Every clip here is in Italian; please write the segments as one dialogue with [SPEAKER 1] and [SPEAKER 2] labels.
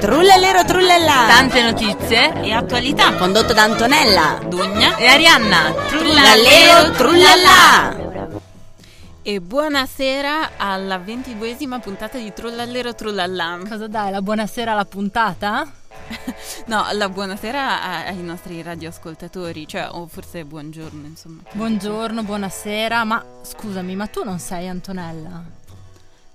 [SPEAKER 1] Trullalero trullallà.
[SPEAKER 2] Tante notizie
[SPEAKER 1] e attualità. Condotto da Antonella.
[SPEAKER 2] Dugna e Arianna.
[SPEAKER 1] Trullalero trullallà.
[SPEAKER 2] E buonasera alla ventiduesima puntata di Trullalero Trullallà.
[SPEAKER 3] Cosa dai? La buonasera alla puntata?
[SPEAKER 2] No, la buonasera a- ai nostri radioascoltatori, cioè, o forse buongiorno, insomma.
[SPEAKER 3] Buongiorno, buonasera, ma scusami, ma tu non sei Antonella?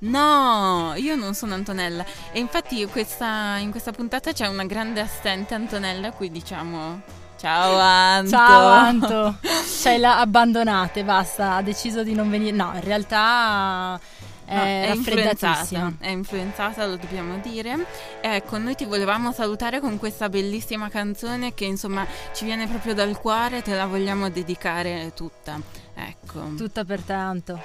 [SPEAKER 2] No, io non sono Antonella. E infatti questa- in questa puntata c'è una grande assente Antonella a cui diciamo... Ciao Anto!
[SPEAKER 3] Ciao Anto, ce la abbandonate, basta, ha deciso di non venire. No, in realtà è,
[SPEAKER 2] No, è influenzata,
[SPEAKER 3] Eh, raffreddatissima.
[SPEAKER 2] è influenzata, lo dobbiamo dire. Ecco, noi ti volevamo salutare con questa bellissima canzone che insomma ci viene proprio dal cuore, te la vogliamo dedicare tutta. Ecco.
[SPEAKER 3] Tutta per te Anto.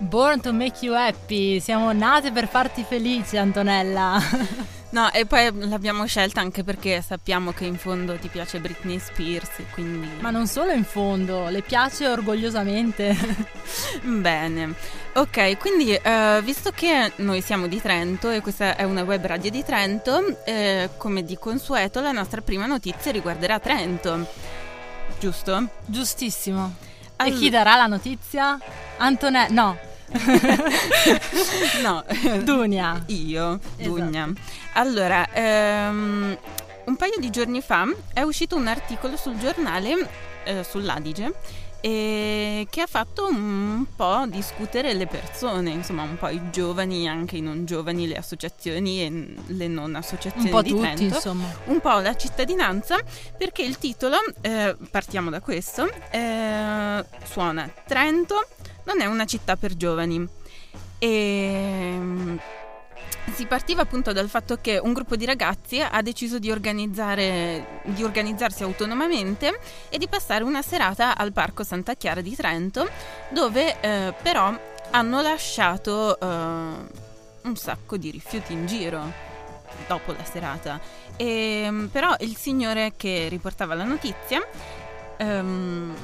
[SPEAKER 3] Born to make you happy, siamo nate per farti felice Antonella.
[SPEAKER 2] No, e poi l'abbiamo scelta anche perché sappiamo che in fondo ti piace Britney Spears, quindi
[SPEAKER 3] Ma non solo in fondo, le piace orgogliosamente.
[SPEAKER 2] Bene, ok, quindi eh, visto che noi siamo di Trento e questa è una web radio di Trento, eh, come di consueto la nostra prima notizia riguarderà Trento, giusto?
[SPEAKER 3] Giustissimo.
[SPEAKER 2] Allo-
[SPEAKER 3] E chi darà la notizia? Antonella, no,
[SPEAKER 2] No,
[SPEAKER 3] Dunia.
[SPEAKER 2] io,
[SPEAKER 3] Esatto.
[SPEAKER 2] Dugna. Allora, ehm, un paio di giorni fa è uscito un articolo sul giornale eh, sull'Adige eh, che ha fatto un po' discutere le persone, insomma un po' i giovani, anche i non giovani, le associazioni e n- le non associazioni
[SPEAKER 3] Un po'
[SPEAKER 2] di
[SPEAKER 3] tutti,
[SPEAKER 2] Trento.
[SPEAKER 3] insomma.
[SPEAKER 2] un po' la cittadinanza perché il titolo, eh, partiamo da questo, eh, suona Trento non è una città per giovani. E mm, si partiva appunto dal fatto che un gruppo di ragazzi ha deciso di, organizzare, di organizzarsi autonomamente e di passare una serata al Parco Santa Chiara di Trento dove eh, però hanno lasciato eh, un sacco di rifiuti in giro dopo la serata. Ehm, però il signore che riportava la notizia ehm,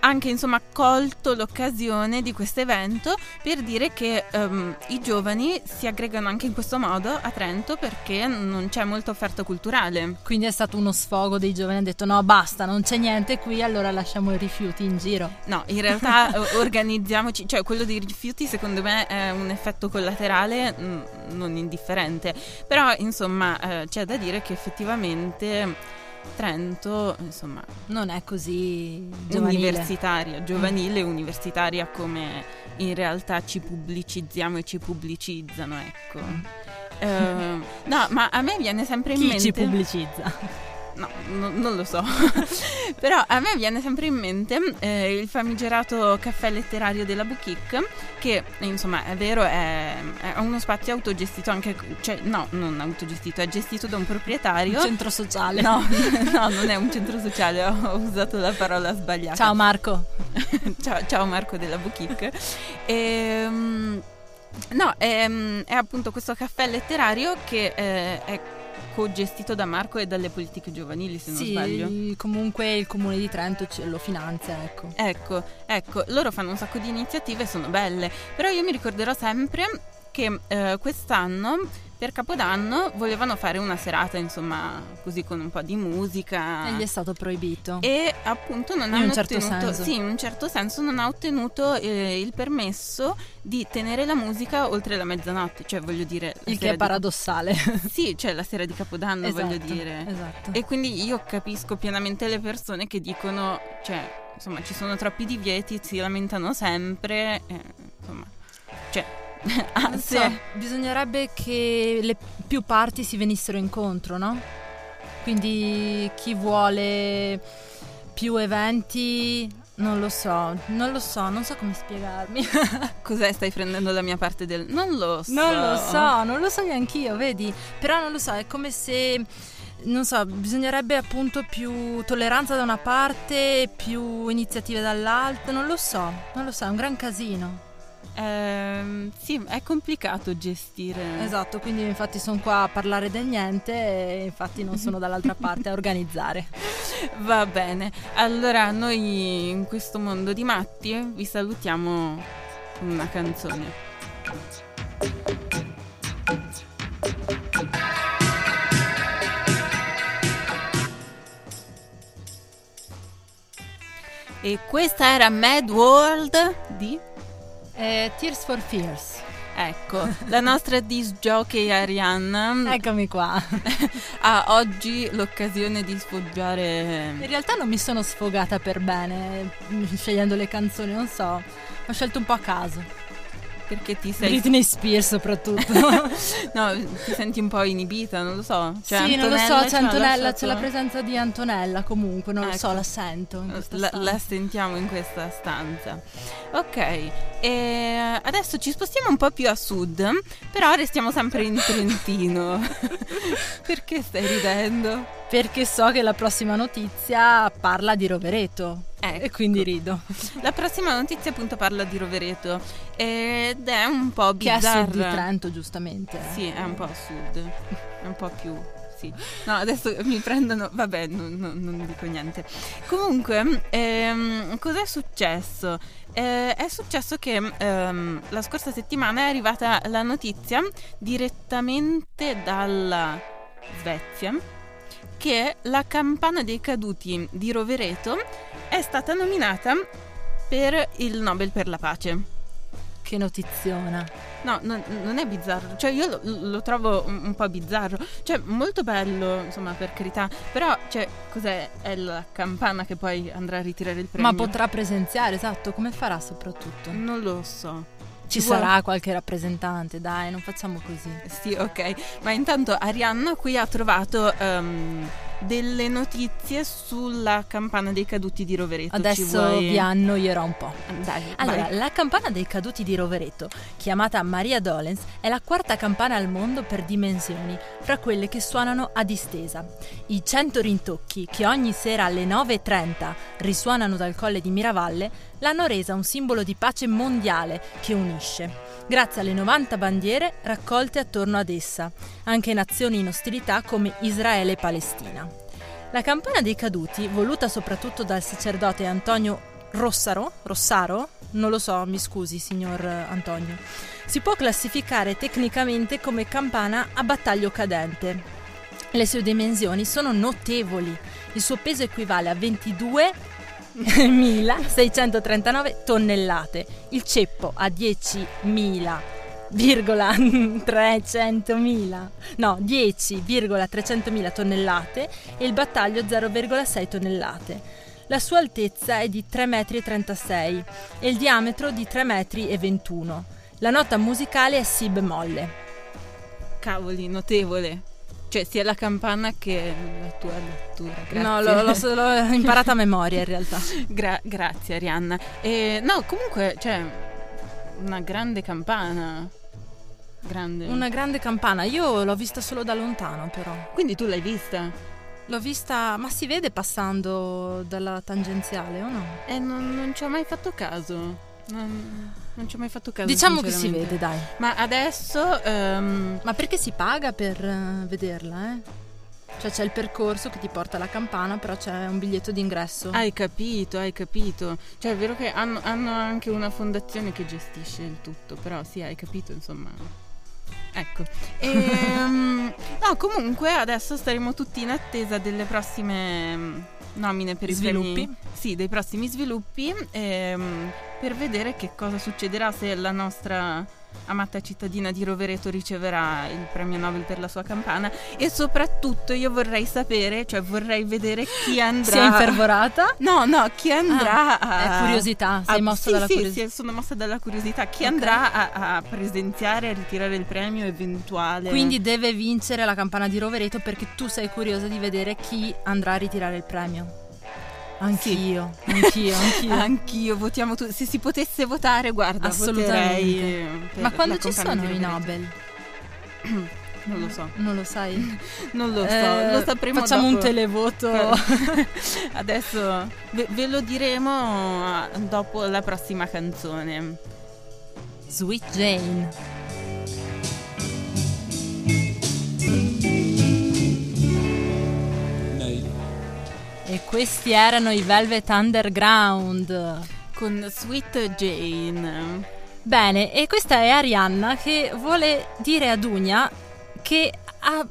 [SPEAKER 2] ha anche insomma colto l'occasione di questo evento per dire che ehm, i giovani si aggregano anche in questo modo a Trento perché non c'è molta offerta culturale.
[SPEAKER 3] Quindi è stato uno sfogo dei giovani, hanno detto no basta, non c'è niente qui, allora lasciamo i rifiuti in giro.
[SPEAKER 2] No, in realtà eh, organizziamoci, cioè quello dei rifiuti secondo me è un effetto collaterale mm, non indifferente, però insomma eh, c'è da dire che effettivamente Trento insomma
[SPEAKER 3] Non è così giovanile. Mm.
[SPEAKER 2] universitaria, giovanile e universitaria come in realtà ci pubblicizziamo e ci pubblicizzano, ecco. Eh, no, ma a me viene sempre in
[SPEAKER 3] Mm. Chi
[SPEAKER 2] mente
[SPEAKER 3] ci pubblicizza?
[SPEAKER 2] no, no- non lo so. Però a me viene sempre in mente eh, il famigerato caffè letterario della Boutique, che insomma è vero, è, è uno spazio autogestito anche, cioè no, non autogestito, è gestito da un
[SPEAKER 3] Il
[SPEAKER 2] proprietario.
[SPEAKER 3] centro sociale.
[SPEAKER 2] No, no, non è un centro sociale, ho usato la parola sbagliata.
[SPEAKER 3] Ciao Marco.
[SPEAKER 2] Ciao, ciao Marco della Boutique. Ehm, no, ehm, è appunto questo caffè letterario che eh, è co-gestito da Marco e dalle politiche giovanili, se non sbaglio.
[SPEAKER 3] Sì, comunque il comune di Trento ce lo finanzia, ecco.
[SPEAKER 2] Ecco, ecco, loro fanno un sacco di iniziative e sono belle, però io mi ricorderò sempre che eh, quest'anno per Capodanno volevano fare una serata, insomma, così con un po' di musica.
[SPEAKER 3] E Eh, gli è stato proibito.
[SPEAKER 2] Ah. e appunto non
[SPEAKER 3] In
[SPEAKER 2] hanno
[SPEAKER 3] Certo. un certo
[SPEAKER 2] ottenuto,
[SPEAKER 3] senso.
[SPEAKER 2] sì, in un certo senso non ha ottenuto eh, il permesso di tenere la musica oltre la mezzanotte, cioè voglio dire la
[SPEAKER 3] il che
[SPEAKER 2] sera
[SPEAKER 3] è paradossale.
[SPEAKER 2] di, sì, cioè la sera di Capodanno,
[SPEAKER 3] Esatto,
[SPEAKER 2] voglio dire.
[SPEAKER 3] Esatto.
[SPEAKER 2] E quindi io capisco pienamente le persone che dicono, cioè, insomma, ci sono troppi divieti, si lamentano sempre, eh, insomma, cioè, ah,
[SPEAKER 3] Non
[SPEAKER 2] se-
[SPEAKER 3] so, bisognerebbe che le più parti si venissero incontro, no? Quindi chi vuole più eventi, non lo so, non lo so, non so come spiegarmi.
[SPEAKER 2] cos'è stai prendendo la mia parte del... Non lo so.
[SPEAKER 3] Non lo so, non lo so neanch'io, vedi? Però non lo so, è come se non so, bisognerebbe appunto più tolleranza da una parte, più iniziative dall'altra, non lo so, non lo so, è un gran casino.
[SPEAKER 2] Ehm, sì, è complicato gestire.
[SPEAKER 3] Esatto, quindi infatti sono qua a parlare del niente e infatti non sono dall'altra parte a organizzare.
[SPEAKER 2] Va bene, allora noi in questo mondo di matti eh, vi salutiamo con una canzone. E questa era Mad World di...
[SPEAKER 3] Eh, Tears for Fears.
[SPEAKER 2] Ecco, la nostra disc jockey Arianna
[SPEAKER 3] Mm. Eccomi qua.
[SPEAKER 2] ha oggi l'occasione di sfoggiare eh,
[SPEAKER 3] In realtà non mi sono sfogata per bene mm, scegliendo le canzoni, non so. Ho scelto un po' a caso.
[SPEAKER 2] perché ti sei
[SPEAKER 3] Britney Spears soprattutto.
[SPEAKER 2] No, ti senti un po' inibita, non lo so. Cioè,
[SPEAKER 3] sì, non lo so, c'è
[SPEAKER 2] ci ha
[SPEAKER 3] Antonella,
[SPEAKER 2] lasciato-
[SPEAKER 3] c'è la presenza di Antonella comunque, non lo so,
[SPEAKER 2] Ecco.
[SPEAKER 3] la sento. in questa
[SPEAKER 2] La,
[SPEAKER 3] stanza.
[SPEAKER 2] la sentiamo in questa stanza. Ok, e adesso ci spostiamo un po' più a sud, però restiamo sempre in Trentino. Perché stai ridendo?
[SPEAKER 3] Perché so che la prossima notizia parla di Rovereto
[SPEAKER 2] Ecco.
[SPEAKER 3] e Eh, quindi rido.
[SPEAKER 2] La prossima notizia appunto parla di Rovereto ed è un po'
[SPEAKER 3] Che è a
[SPEAKER 2] bizzarra.
[SPEAKER 3] sud di Trento giustamente.
[SPEAKER 2] Sì, è un po' a sud, è un po' più. Sì. No, adesso mi prendono. Vabbè, non, non- non dico niente. Comunque, ehm, cos'è successo? Eh, è successo che ehm, la scorsa settimana è arrivata la notizia direttamente dalla Svezia che la campana dei caduti di Rovereto è stata nominata per il Nobel per la pace.
[SPEAKER 3] Che notiziona.
[SPEAKER 2] No, non, non è bizzarro, cioè io lo, lo trovo un, un po' bizzarro, cioè molto bello, insomma, per carità, però, cioè, cos'è? È la campana che poi andrà a ritirare il premio?
[SPEAKER 3] Ma potrà presenziare, esatto, come farà soprattutto?
[SPEAKER 2] Non lo so.
[SPEAKER 3] Ci
[SPEAKER 2] Mm, vuole-
[SPEAKER 3] sarà qualche rappresentante, dai, non facciamo così.
[SPEAKER 2] Sì, ok, ma intanto Arianna qui ha trovato ehm, delle notizie sulla campana dei caduti di Rovereto. Ci
[SPEAKER 3] Adesso
[SPEAKER 2] vuoi-
[SPEAKER 3] vi annoierò un po'.
[SPEAKER 2] Dai,
[SPEAKER 3] Allora,
[SPEAKER 2] vai.
[SPEAKER 3] la campana dei caduti di Rovereto, chiamata Maria Dolens, è la quarta campana al mondo per dimensioni, fra quelle che suonano a distesa. I 100 rintocchi, che ogni sera alle 9.30 risuonano dal colle di Miravalle, l'hanno resa un simbolo di pace mondiale che unisce, grazie alle 90 bandiere raccolte attorno ad essa, anche nazioni in ostilità come Israele e Palestina. La campana dei caduti, voluta soprattutto dal sacerdote Antonio Rossaro, Rossaro? Non lo so, mi scusi, signor eh, Antonio. Si può classificare tecnicamente come campana a battaglio cadente. Le sue dimensioni sono notevoli. Il suo peso equivale a 22.639 tonnellate, il ceppo a 10.300.000 no 10,300.000 tonnellate e il battaglio 0,6 tonnellate. La sua altezza è di 3,36 metri e il diametro di 3,21 metri. La nota musicale è Si bemolle.
[SPEAKER 2] Cavoli, notevole. Cioè, sia la campana che la tua lettura. Grazie.
[SPEAKER 3] No, l'ho, l'ho- l'ho imparata a memoria in realtà.
[SPEAKER 2] Gra- grazie Arianna. E, no, comunque, cioè, una grande campana. Grande.
[SPEAKER 3] Una grande campana, io l'ho vista solo da lontano però.
[SPEAKER 2] Quindi tu l'hai vista?
[SPEAKER 3] L'ho vista, ma si vede passando dalla tangenziale o no?
[SPEAKER 2] E Eh, non, non ci ho mai fatto caso. Non, non ci ho mai fatto caso.
[SPEAKER 3] Diciamo che si
[SPEAKER 2] sinceramente.
[SPEAKER 3] vede, dai.
[SPEAKER 2] Ma adesso... ehm,
[SPEAKER 3] Ma perché si paga per eh, vederla, eh? Cioè c'è il percorso che ti porta alla campana, però c'è un biglietto d'ingresso.
[SPEAKER 2] hai capito, hai capito. Cioè è vero che hanno, hanno anche una fondazione che gestisce il tutto, però sì, hai capito, insomma. Ecco. Ehm, no, comunque adesso staremo tutti in attesa delle prossime mm, nomine per i
[SPEAKER 3] Sviluppi.
[SPEAKER 2] premi. Sì, dei prossimi sviluppi ehm, per vedere che cosa succederà se la nostra amata cittadina di Rovereto riceverà il premio Nobel per la sua campana e soprattutto io vorrei sapere, cioè vorrei vedere chi andrà
[SPEAKER 3] Si è infervorata?
[SPEAKER 2] No, no, chi andrà a...
[SPEAKER 3] Ah, È curiosità, sei
[SPEAKER 2] a-
[SPEAKER 3] mossa
[SPEAKER 2] Ah. sì,
[SPEAKER 3] dalla
[SPEAKER 2] sì,
[SPEAKER 3] curiosità.
[SPEAKER 2] sì, sono mossa dalla curiosità. Chi
[SPEAKER 3] Ok.
[SPEAKER 2] andrà a, a presenziare, a ritirare il premio eventuale?
[SPEAKER 3] Quindi deve vincere la campana di Rovereto perché tu sei curiosa di vedere chi andrà a ritirare il premio. Anch'io, anch'io, anch'io.
[SPEAKER 2] Ah, Anch'io votiamo tutti. Se si potesse votare, guarda,
[SPEAKER 3] Assolutamente.
[SPEAKER 2] voterei, eh, per
[SPEAKER 3] Ma quando
[SPEAKER 2] la
[SPEAKER 3] ci
[SPEAKER 2] compagna
[SPEAKER 3] sono
[SPEAKER 2] di
[SPEAKER 3] i
[SPEAKER 2] Roberto.
[SPEAKER 3] Nobel?
[SPEAKER 2] Non lo so,
[SPEAKER 3] Non lo sai.
[SPEAKER 2] non lo so,
[SPEAKER 3] Eh,
[SPEAKER 2] lo sapremo
[SPEAKER 3] Facciamo un
[SPEAKER 2] dopo. Eh.
[SPEAKER 3] televoto.
[SPEAKER 2] Adesso ah, ve, ve lo diremo dopo la prossima canzone.
[SPEAKER 3] Sweet Jane. E questi erano i Velvet Underground.
[SPEAKER 2] Con Sweet Jane.
[SPEAKER 3] Bene, e questa è Arianna che vuole dire a Dunia che ha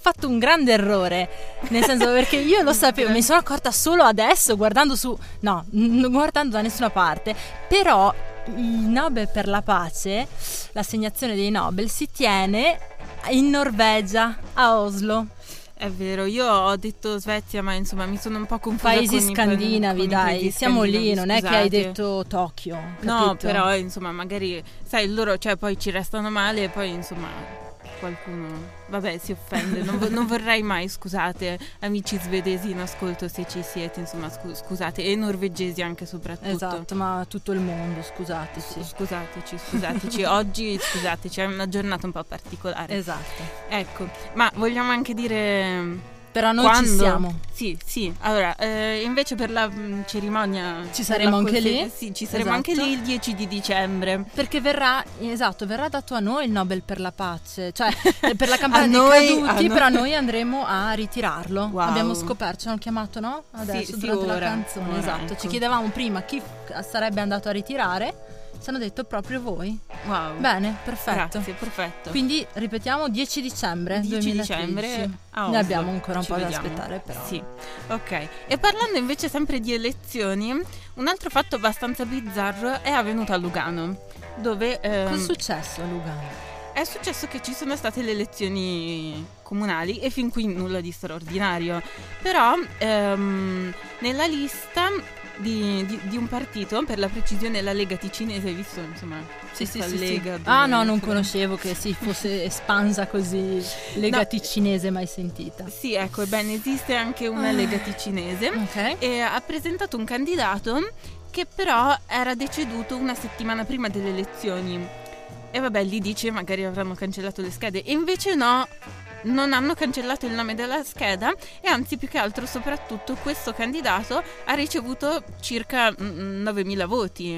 [SPEAKER 3] fatto un grande errore. Nel senso, perché io lo sapevo, mi sono accorta solo adesso guardando su. No, non guardando da nessuna parte. Però il Nobel per la pace, l'assegnazione dei Nobel, si tiene in Norvegia, a Oslo.
[SPEAKER 2] È vero, io ho detto Svezia, ma insomma mi sono un po' confusa
[SPEAKER 3] Paesi
[SPEAKER 2] con i-
[SPEAKER 3] scandinavi,
[SPEAKER 2] con i
[SPEAKER 3] dai,
[SPEAKER 2] paesi
[SPEAKER 3] siamo lì,
[SPEAKER 2] scandinavi,
[SPEAKER 3] non è che hai
[SPEAKER 2] scusate.
[SPEAKER 3] detto Tokyo.
[SPEAKER 2] No,
[SPEAKER 3] capito?
[SPEAKER 2] però insomma, magari sai, loro cioè poi ci restano male e poi insomma qualcuno vabbè si offende. Non, vo- non vorrei mai, scusate, amici svedesi in ascolto se ci siete, insomma, scu- scusate e norvegesi anche soprattutto.
[SPEAKER 3] Esatto, ma tutto il mondo, scusate, sì.
[SPEAKER 2] Scusateci, scusateci, oggi scusateci, è una giornata un po' particolare.
[SPEAKER 3] Esatto.
[SPEAKER 2] ecco, ma vogliamo anche dire
[SPEAKER 3] Però noi
[SPEAKER 2] quando?
[SPEAKER 3] ci siamo.
[SPEAKER 2] Sì, sì. Allora, eh, invece per la mm, cerimonia
[SPEAKER 3] Ci saremo
[SPEAKER 2] per la
[SPEAKER 3] anche
[SPEAKER 2] conse-
[SPEAKER 3] lì?
[SPEAKER 2] Sì, ci saremo
[SPEAKER 3] Esatto.
[SPEAKER 2] anche lì il 10 di dicembre.
[SPEAKER 3] Perché verrà, esatto, verrà dato a noi il Nobel per la pace, cioè eh, per la
[SPEAKER 2] A
[SPEAKER 3] campagna dei
[SPEAKER 2] noi- a
[SPEAKER 3] caduti,
[SPEAKER 2] noi.
[SPEAKER 3] però noi andremo a ritirarlo.
[SPEAKER 2] Wow.
[SPEAKER 3] Abbiamo scoperto, ci hanno chiamato, no? Adesso,
[SPEAKER 2] sì,
[SPEAKER 3] durante la
[SPEAKER 2] ora,
[SPEAKER 3] canzone,
[SPEAKER 2] ora,
[SPEAKER 3] esatto.
[SPEAKER 2] ecco.
[SPEAKER 3] Ci chiedevamo prima chi f- sarebbe andato a ritirare, ci hanno detto proprio voi.
[SPEAKER 2] Wow.
[SPEAKER 3] Bene, perfetto.
[SPEAKER 2] Grazie, perfetto.
[SPEAKER 3] Quindi ripetiamo 10 dicembre
[SPEAKER 2] 10 dicembre
[SPEAKER 3] 2013.
[SPEAKER 2] a
[SPEAKER 3] Ne
[SPEAKER 2] Oslo.
[SPEAKER 3] abbiamo ancora un
[SPEAKER 2] Ci
[SPEAKER 3] po' da
[SPEAKER 2] vediamo.
[SPEAKER 3] aspettare, però.
[SPEAKER 2] Sì, ok. E parlando invece sempre di elezioni, un altro fatto abbastanza bizzarro è avvenuto a Lugano, dove ehm,
[SPEAKER 3] Cos'è successo a Lugano?
[SPEAKER 2] è successo che ci sono state le elezioni comunali e fin qui nulla di straordinario. Però ehm, nella lista di, di- di un partito, per la precisione la Lega Ticinese, visto insomma questa Lega dove-
[SPEAKER 3] Ah no, non
[SPEAKER 2] insomma,
[SPEAKER 3] conoscevo che si fosse espansa così Lega
[SPEAKER 2] No.
[SPEAKER 3] Ticinese mai sentita.
[SPEAKER 2] Sì, ecco, ebbene, esiste anche una
[SPEAKER 3] Ah.
[SPEAKER 2] Lega Ticinese.
[SPEAKER 3] Ok.
[SPEAKER 2] e Cioè, eh, ha presentato un candidato che però era deceduto una settimana prima delle elezioni. E vabbè, lì dice magari avranno cancellato le schede. E invece no, non hanno cancellato il nome della scheda e anzi più che altro soprattutto questo candidato ha ricevuto circa mm, 9.000 voti.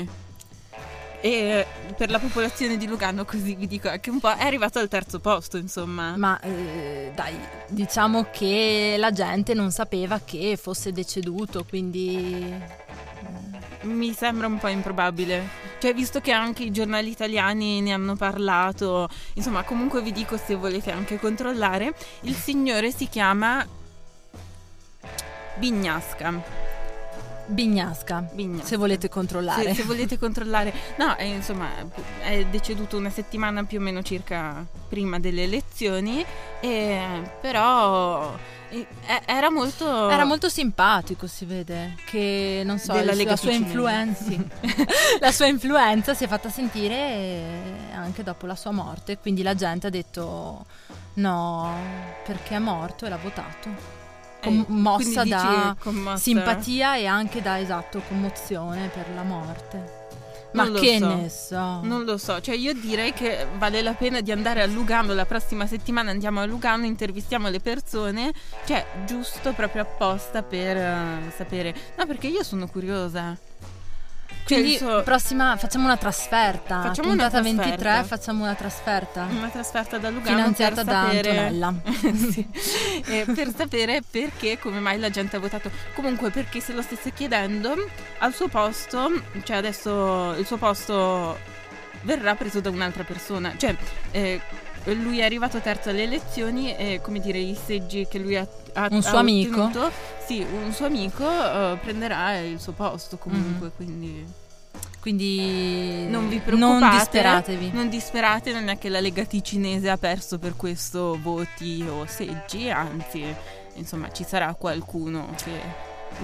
[SPEAKER 2] E eh, per la popolazione di Lugano, così vi dico anche un po', è arrivato al terzo posto, insomma.
[SPEAKER 3] Ma eh, dai, diciamo che la gente non sapeva che fosse deceduto, quindi mm,
[SPEAKER 2] Mi sembra un po' improbabile. Cioè, visto che anche i giornali italiani ne hanno parlato, insomma, comunque vi dico se volete anche controllare, il signore si chiama Bignasca.
[SPEAKER 3] Bignasca.
[SPEAKER 2] Bignasca.
[SPEAKER 3] Se volete controllare.
[SPEAKER 2] Se, se volete controllare. No, eh, insomma, è deceduto una settimana più o meno circa prima delle elezioni, e, però eh, era molto...
[SPEAKER 3] Era molto simpatico, si vede, che non so,
[SPEAKER 2] Oh. Della
[SPEAKER 3] il-
[SPEAKER 2] Lega
[SPEAKER 3] la, sua
[SPEAKER 2] Ticinese.
[SPEAKER 3] influenza, sì. la sua influenza si è fatta sentire eh, anche dopo la sua morte, quindi la gente ha detto no, perché è morto e l'ha votato.
[SPEAKER 2] Eh,
[SPEAKER 3] Commossa
[SPEAKER 2] quindi dici
[SPEAKER 3] da
[SPEAKER 2] commossa.
[SPEAKER 3] simpatia e anche da esatto commozione per la morte. Ma
[SPEAKER 2] Non lo
[SPEAKER 3] che
[SPEAKER 2] so.
[SPEAKER 3] ne so.
[SPEAKER 2] Non lo so, cioè io direi che vale la pena di andare a Lugano la prossima settimana, andiamo a Lugano, intervistiamo le persone, cioè giusto proprio apposta per eh, sapere. No, perché io sono curiosa. Cioè,
[SPEAKER 3] Quindi
[SPEAKER 2] il suo-
[SPEAKER 3] prossima facciamo una trasferta.
[SPEAKER 2] Facciamo una
[SPEAKER 3] puntata
[SPEAKER 2] trasferta.
[SPEAKER 3] 23 facciamo una trasferta
[SPEAKER 2] una trasferta da Lugano
[SPEAKER 3] finanziata
[SPEAKER 2] per
[SPEAKER 3] da
[SPEAKER 2] sapere...
[SPEAKER 3] Antonella.
[SPEAKER 2] Sì. Eh, per sapere perché, come mai la gente ha votato. Comunque, perché se lo stesse chiedendo, al suo posto, cioè adesso il suo posto verrà preso da un'altra persona. Cioè, eh, lui è arrivato terzo alle elezioni e, come dire, i seggi che lui ha, ha
[SPEAKER 3] Un suo
[SPEAKER 2] ha
[SPEAKER 3] amico?
[SPEAKER 2] ottenuto- sì, un suo amico eh, prenderà il suo posto comunque,
[SPEAKER 3] Mm.
[SPEAKER 2] quindi...
[SPEAKER 3] Quindi
[SPEAKER 2] Non vi preoccupate,
[SPEAKER 3] non disperatevi.
[SPEAKER 2] Non disperate, non è che la Lega Ticinese ha perso per questo voti o seggi, anzi, insomma, ci sarà qualcuno che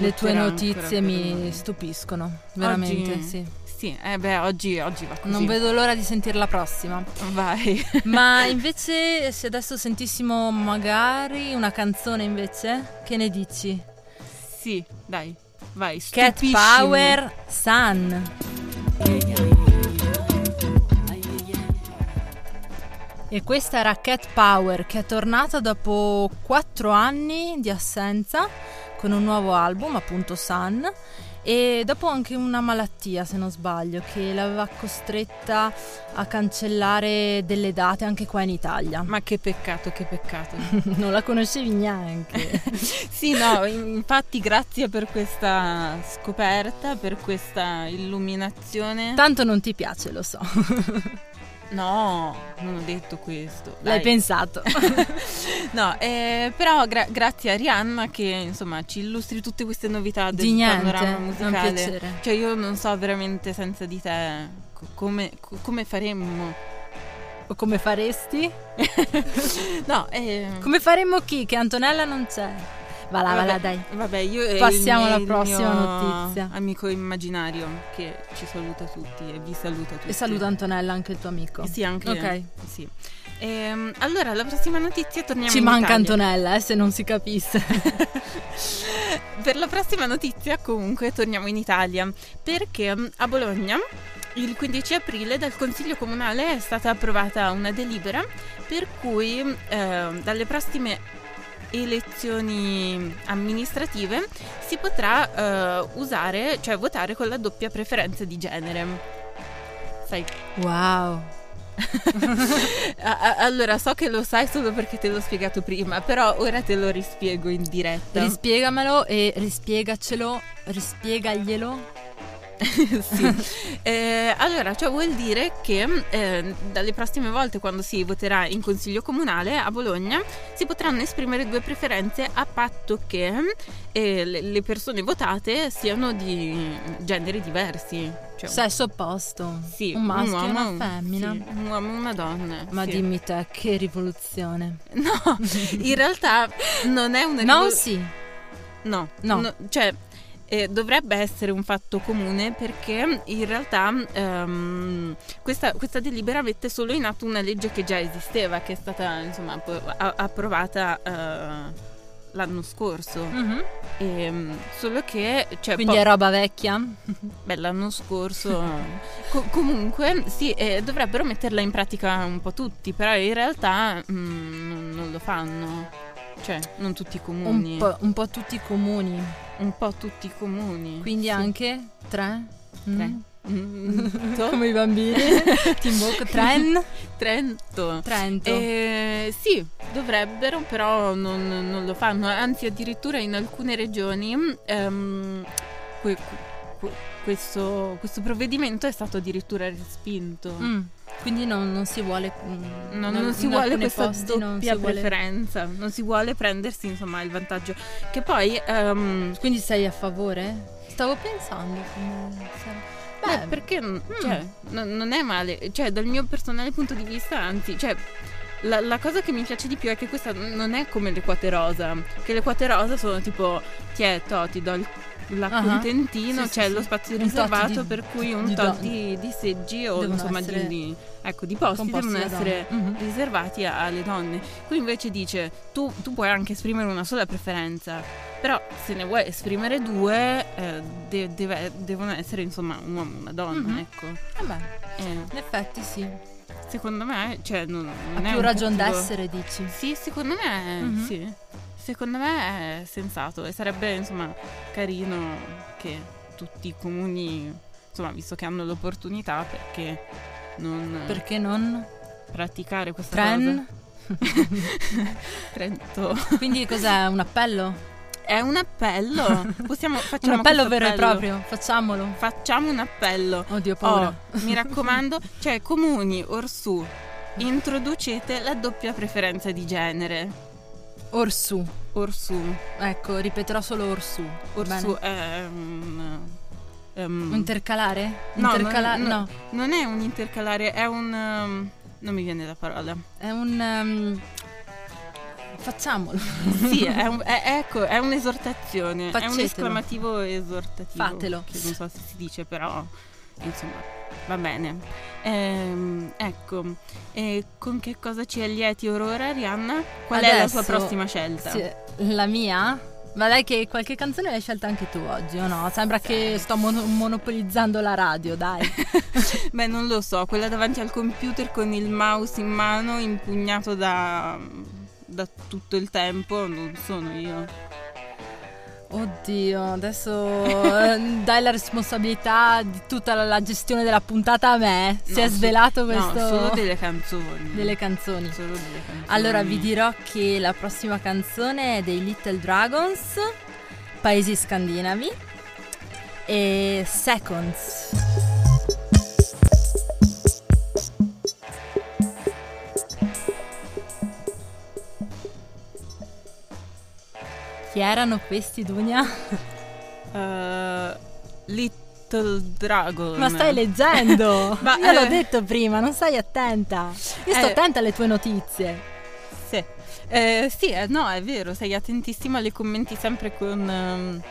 [SPEAKER 3] Le tue
[SPEAKER 2] lotterà
[SPEAKER 3] notizie
[SPEAKER 2] ancora per
[SPEAKER 3] mi
[SPEAKER 2] noi.
[SPEAKER 3] stupiscono, veramente,
[SPEAKER 2] Oggi-
[SPEAKER 3] sì.
[SPEAKER 2] Sì, eh beh, oggi, oggi va così.
[SPEAKER 3] Non vedo l'ora di sentir la prossima.
[SPEAKER 2] Vai.
[SPEAKER 3] Ma invece, se adesso sentissimo magari una canzone invece, che ne dici?
[SPEAKER 2] sì, dai. Vai,
[SPEAKER 3] Cat
[SPEAKER 2] stupiscimi.
[SPEAKER 3] Power Sun. E questa era Cat Power che è tornata dopo 4 anni di assenza con un nuovo album, appunto Sun. e dopo anche una malattia, se non sbaglio, che l'aveva costretta a cancellare delle date anche qua in Italia.
[SPEAKER 2] Ma che peccato, che peccato.
[SPEAKER 3] non la conoscevi neanche.
[SPEAKER 2] sì, no, in- infatti grazie per questa scoperta, per questa illuminazione.
[SPEAKER 3] Tanto non ti piace, lo so.
[SPEAKER 2] no, non ho detto questo.
[SPEAKER 3] L'hai
[SPEAKER 2] dai.
[SPEAKER 3] pensato.
[SPEAKER 2] No, eh, però gra- grazie a Rihanna che insomma ci illustri tutte queste novità del
[SPEAKER 3] Di niente,
[SPEAKER 2] panorama
[SPEAKER 3] è un
[SPEAKER 2] musicale.
[SPEAKER 3] piacere.
[SPEAKER 2] Cioè io non so veramente senza di te co- come, co- come faremmo.
[SPEAKER 3] O come faresti?
[SPEAKER 2] No, eh,
[SPEAKER 3] Come faremmo chi? Che Antonella non c'è. Va là, va là,
[SPEAKER 2] vabbè,
[SPEAKER 3] dai.
[SPEAKER 2] Vabbè, io e
[SPEAKER 3] Passiamo
[SPEAKER 2] il mio-
[SPEAKER 3] alla
[SPEAKER 2] il
[SPEAKER 3] prossima
[SPEAKER 2] mio
[SPEAKER 3] notizia.
[SPEAKER 2] Amico immaginario che ci saluta tutti e vi saluta tutti.
[SPEAKER 3] E saluta Antonella, anche il tuo amico.
[SPEAKER 2] Sì, anche
[SPEAKER 3] Ok.
[SPEAKER 2] sì. Ehm, allora, la prossima notizia torniamo
[SPEAKER 3] Ci
[SPEAKER 2] in
[SPEAKER 3] manca
[SPEAKER 2] Italia.
[SPEAKER 3] Antonella, eh, se non si capisse.
[SPEAKER 2] Per la prossima notizia, comunque, torniamo in Italia perché mm, a Bologna. Il 15 aprile dal Consiglio Comunale è stata approvata una delibera per cui eh, dalle prossime elezioni amministrative si potrà eh, usare, cioè votare con la doppia preferenza di genere. Sai,
[SPEAKER 3] Wow.
[SPEAKER 2] a- a- allora so che lo sai solo perché te l'ho spiegato prima, però ora te lo rispiego in diretta.
[SPEAKER 3] Rispiegamelo e rispiegacelo, rispiegaglielo.
[SPEAKER 2] sì. Eh, allora, cioè vuol dire che eh, dalle prossime volte quando si voterà in consiglio comunale a Bologna si potranno esprimere due preferenze a patto che eh, le, le persone votate siano di generi diversi. Cioè,
[SPEAKER 3] Sesso opposto.
[SPEAKER 2] sì,
[SPEAKER 3] Un maschio e
[SPEAKER 2] uomo,
[SPEAKER 3] una femmina.
[SPEAKER 2] sì, un uomo e una donna.
[SPEAKER 3] Ma
[SPEAKER 2] sì.
[SPEAKER 3] dimmi te, che rivoluzione.
[SPEAKER 2] No, in realtà non è una
[SPEAKER 3] No,
[SPEAKER 2] rivol-
[SPEAKER 3] sì.
[SPEAKER 2] No,
[SPEAKER 3] No.
[SPEAKER 2] cioè, eh, dovrebbe essere un fatto comune perché in realtà ehm, questa, questa delibera mette solo in atto una legge che già esisteva, che è stata insomma po- a- approvata eh, l'anno scorso.
[SPEAKER 3] Mhm.
[SPEAKER 2] Ehm, solo che, cioè,
[SPEAKER 3] Quindi er-,
[SPEAKER 2] po-
[SPEAKER 3] è roba vecchia.
[SPEAKER 2] beh, l'anno scorso. co- comunque, sì, eh, dovrebbero metterla in pratica un po' tutti, però in realtà mm, non- non lo fanno. Cioè, non tutti i comuni.
[SPEAKER 3] Un po', un po' tutti i comuni.
[SPEAKER 2] un po' tutti i comuni.
[SPEAKER 3] Quindi
[SPEAKER 2] Sì.
[SPEAKER 3] anche tre. Mm.
[SPEAKER 2] Mm, to-
[SPEAKER 3] Come i bambini. Timbuktu. Tren.
[SPEAKER 2] Trento.
[SPEAKER 3] Trento.
[SPEAKER 2] Eh, sì, dovrebbero, però non, non lo fanno. Anzi, addirittura in alcune regioni ehm, que- que- questo, questo provvedimento è stato addirittura respinto.
[SPEAKER 3] Mm. Quindi non, non si vuole. mm,
[SPEAKER 2] Non,
[SPEAKER 3] in
[SPEAKER 2] non si
[SPEAKER 3] alcuni
[SPEAKER 2] vuole questa
[SPEAKER 3] posti non
[SPEAKER 2] doppia
[SPEAKER 3] si vuole-
[SPEAKER 2] preferenza, non si vuole prendersi insomma il vantaggio. Che poi ehm,
[SPEAKER 3] Quindi sei a favore? Stavo pensando. come se-
[SPEAKER 2] Beh,
[SPEAKER 3] Beh, mm.
[SPEAKER 2] perché cioè, no- non è male, cioè dal mio personale punto di vista, anzi, cioè, la, la cosa che mi piace di più è che questa non è come le quote rosa, che le quote rosa sono tipo, ti è to, ti do il
[SPEAKER 3] Ah,
[SPEAKER 2] l'accontentino,
[SPEAKER 3] sì, sì,
[SPEAKER 2] c'è
[SPEAKER 3] sì.
[SPEAKER 2] lo spazio
[SPEAKER 3] Un tot
[SPEAKER 2] riservato
[SPEAKER 3] di-
[SPEAKER 2] per cui un
[SPEAKER 3] di
[SPEAKER 2] tot
[SPEAKER 3] don-
[SPEAKER 2] di, di seggi o
[SPEAKER 3] devono
[SPEAKER 2] insomma di-
[SPEAKER 3] essere
[SPEAKER 2] di, ecco, di posti
[SPEAKER 3] composti
[SPEAKER 2] devono
[SPEAKER 3] da donne.
[SPEAKER 2] essere
[SPEAKER 3] Mhm.
[SPEAKER 2] riservati a- alle donne. Qui invece dice tu, tu puoi anche esprimere una sola preferenza, però se ne vuoi esprimere due eh, de- deve- devono essere insomma un uomo e una donna,
[SPEAKER 3] Mhm.
[SPEAKER 2] ecco.
[SPEAKER 3] Vabbè,
[SPEAKER 2] Eh,
[SPEAKER 3] in effetti sì.
[SPEAKER 2] secondo me cioè, non,
[SPEAKER 3] Ha
[SPEAKER 2] non è
[SPEAKER 3] più
[SPEAKER 2] un Eh.
[SPEAKER 3] ragion
[SPEAKER 2] cattivo-
[SPEAKER 3] d'essere, dici.
[SPEAKER 2] Sì, secondo me
[SPEAKER 3] Mhm.
[SPEAKER 2] sì. Secondo me è sensato e sarebbe insomma carino che tutti i comuni, insomma, visto che hanno l'opportunità, perché non
[SPEAKER 3] Perché non?
[SPEAKER 2] praticare questa
[SPEAKER 3] Tren.
[SPEAKER 2] cosa? Trento.
[SPEAKER 3] Quindi cos'è? Un appello?
[SPEAKER 2] È un appello. Possiamo facciamo
[SPEAKER 3] un appello
[SPEAKER 2] questo
[SPEAKER 3] vero e proprio, facciamolo.
[SPEAKER 2] Facciamo un appello.
[SPEAKER 3] Oddio, ho paura.
[SPEAKER 2] Oh, mi raccomando, cioè comuni orsù, introducete la doppia preferenza di genere. Oh.
[SPEAKER 3] Orsù.
[SPEAKER 2] Orsù.
[SPEAKER 3] Ecco, ripeterò solo Orsù.
[SPEAKER 2] Orsù
[SPEAKER 3] Bene.
[SPEAKER 2] è un ehm,
[SPEAKER 3] Un intercalare?
[SPEAKER 2] No,
[SPEAKER 3] Intercala-
[SPEAKER 2] non- non-
[SPEAKER 3] no.
[SPEAKER 2] non è un intercalare, è un ehm, non mi viene la parola.
[SPEAKER 3] È un... ehm, Facciamolo.
[SPEAKER 2] Sì, è un- è- ecco, è un'esortazione, è un
[SPEAKER 3] Facetelo.
[SPEAKER 2] esclamativo esortativo.
[SPEAKER 3] Fatelo.
[SPEAKER 2] Che non so se si dice, però insomma, va bene. Ehm, ecco, e con che cosa ci allieti or ora Arianna? Qual è la tua
[SPEAKER 3] Adesso-
[SPEAKER 2] prossima scelta?
[SPEAKER 3] Sì, la mia? Ma dai che qualche canzone l'hai scelta anche tu oggi, o no? Sembra che sto mono- monopolizzando la radio, dai.
[SPEAKER 2] Beh, non lo so, quella davanti al computer con il mouse in mano impugnato da da tutto il tempo, non sono io.
[SPEAKER 3] Oddio, adesso eh, dai la responsabilità di tutta la, la gestione della puntata a me. si
[SPEAKER 2] No,
[SPEAKER 3] è
[SPEAKER 2] su-
[SPEAKER 3] svelato
[SPEAKER 2] No,
[SPEAKER 3] questo
[SPEAKER 2] solo delle canzoni.
[SPEAKER 3] delle canzoni.
[SPEAKER 2] Solo delle canzoni.
[SPEAKER 3] Allora vi dirò che la prossima canzone è dei Little Dragons, Paesi Scandinavi e Seconds. Chi erano questi Dunia?
[SPEAKER 2] Eh, Little Dragon.
[SPEAKER 3] Ma stai leggendo?
[SPEAKER 2] Ma,
[SPEAKER 3] Io l'ho
[SPEAKER 2] eh.
[SPEAKER 3] detto prima, non sei attenta. Io sto
[SPEAKER 2] Eh.
[SPEAKER 3] attenta alle tue notizie.
[SPEAKER 2] Sì, Eh, sì, eh, no, è vero, sei attentissima, le commenti sempre con, ehm,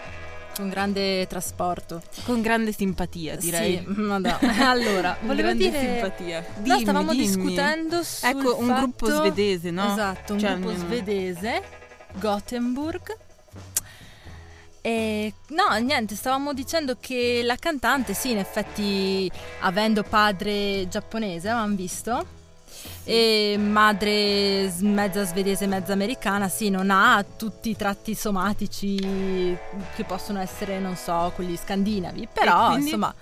[SPEAKER 3] Con grande trasporto.
[SPEAKER 2] con grande simpatia, direi.
[SPEAKER 3] Sì, madonna. Allora, volevo
[SPEAKER 2] Grande
[SPEAKER 3] dire...
[SPEAKER 2] simpatia.
[SPEAKER 3] no,
[SPEAKER 2] Dimmi,
[SPEAKER 3] stavamo
[SPEAKER 2] dimmi.
[SPEAKER 3] discutendo sul
[SPEAKER 2] Ecco, un
[SPEAKER 3] fatto-
[SPEAKER 2] gruppo svedese, no?
[SPEAKER 3] Esatto, un
[SPEAKER 2] Cioè,
[SPEAKER 3] gruppo
[SPEAKER 2] ognuno-
[SPEAKER 3] svedese, Gothenburg. E no, niente, stavamo dicendo che la cantante, sì, in effetti, avendo padre giapponese, avevamo visto, e madre s- mezza svedese, mezza americana, sì, non ha tutti i tratti somatici che possono essere, non so, quelli scandinavi, però,
[SPEAKER 2] quindi?
[SPEAKER 3] insomma...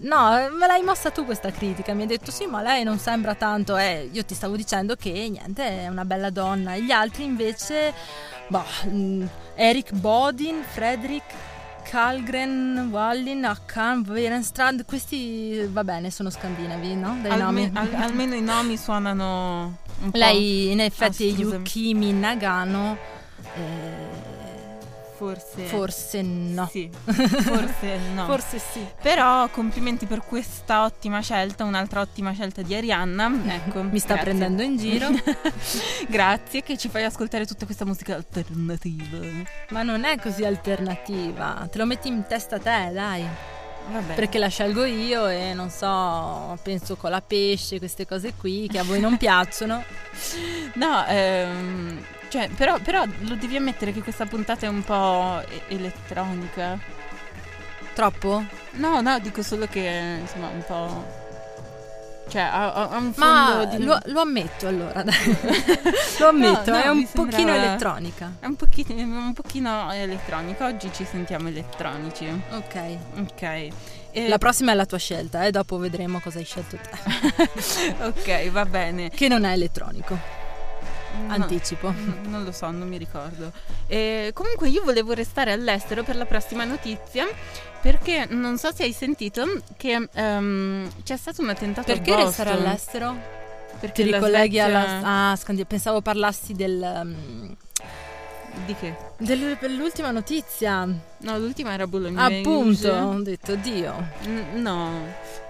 [SPEAKER 3] No, me l'hai mossa tu questa critica, mi hai detto sì, ma lei non sembra tanto, eh, io ti stavo dicendo che niente, è una bella donna, e gli altri invece, boh, mm, Eric Bodin, Fredrik Kalgren, Wallin, Akan, Werenstrand, questi va bene, sono scandinavi, no? Dai
[SPEAKER 2] Alme-
[SPEAKER 3] nomi.
[SPEAKER 2] al- almeno i nomi suonano un po'
[SPEAKER 3] Lei in effetti
[SPEAKER 2] Ah,
[SPEAKER 3] è
[SPEAKER 2] scusami.
[SPEAKER 3] Yukimi Nagano, eh,
[SPEAKER 2] forse
[SPEAKER 3] forse no.
[SPEAKER 2] Sì, forse no.
[SPEAKER 3] Forse sì.
[SPEAKER 2] Però complimenti per questa ottima scelta, un'altra ottima scelta di Arianna. Ecco,
[SPEAKER 3] Mi sta
[SPEAKER 2] grazie.
[SPEAKER 3] prendendo in giro,
[SPEAKER 2] Grazie che ci fai ascoltare tutta questa musica alternativa.
[SPEAKER 3] ma non è così alternativa. Te lo metti in testa a te, dai.
[SPEAKER 2] Vabbè.
[SPEAKER 3] Perché la scelgo io e non so, penso con la pesce, queste cose qui che a voi non piacciono.
[SPEAKER 2] No, ehm, cioè, però, però lo devi ammettere che questa puntata è un po' e- elettronica.
[SPEAKER 3] Troppo?
[SPEAKER 2] No, no, dico solo che insomma un po'... Cioè, ha, ha- ha un fondo
[SPEAKER 3] Ma
[SPEAKER 2] di...
[SPEAKER 3] lo, lo ammetto allora, dai. lo ammetto,
[SPEAKER 2] No, no,
[SPEAKER 3] è un
[SPEAKER 2] mi sembrava-
[SPEAKER 3] pochino elettronica.
[SPEAKER 2] È un pochino, un pochino elettronico, oggi ci sentiamo elettronici.
[SPEAKER 3] Ok.
[SPEAKER 2] Ok. E-
[SPEAKER 3] La prossima è la tua scelta, eh? dopo vedremo cosa hai scelto te.
[SPEAKER 2] ok, va bene.
[SPEAKER 3] Che non è elettronico,
[SPEAKER 2] No,
[SPEAKER 3] anticipo.
[SPEAKER 2] n- non lo so, non mi ricordo. E comunque io volevo restare all'estero per la prossima notizia perché non so se hai sentito che ehm, c'è stato un attentato
[SPEAKER 3] Perché
[SPEAKER 2] a Boston.
[SPEAKER 3] restare all'estero?
[SPEAKER 2] Perché
[SPEAKER 3] Ti
[SPEAKER 2] la
[SPEAKER 3] ricolleghi
[SPEAKER 2] Svezia-
[SPEAKER 3] alla... Ah, Scandia, pensavo parlassi del... um,
[SPEAKER 2] Di che?
[SPEAKER 3] del- dell'ultima notizia.
[SPEAKER 2] No, l'ultima era Bologna.
[SPEAKER 3] Appunto, ho detto Dio.
[SPEAKER 2] N- No,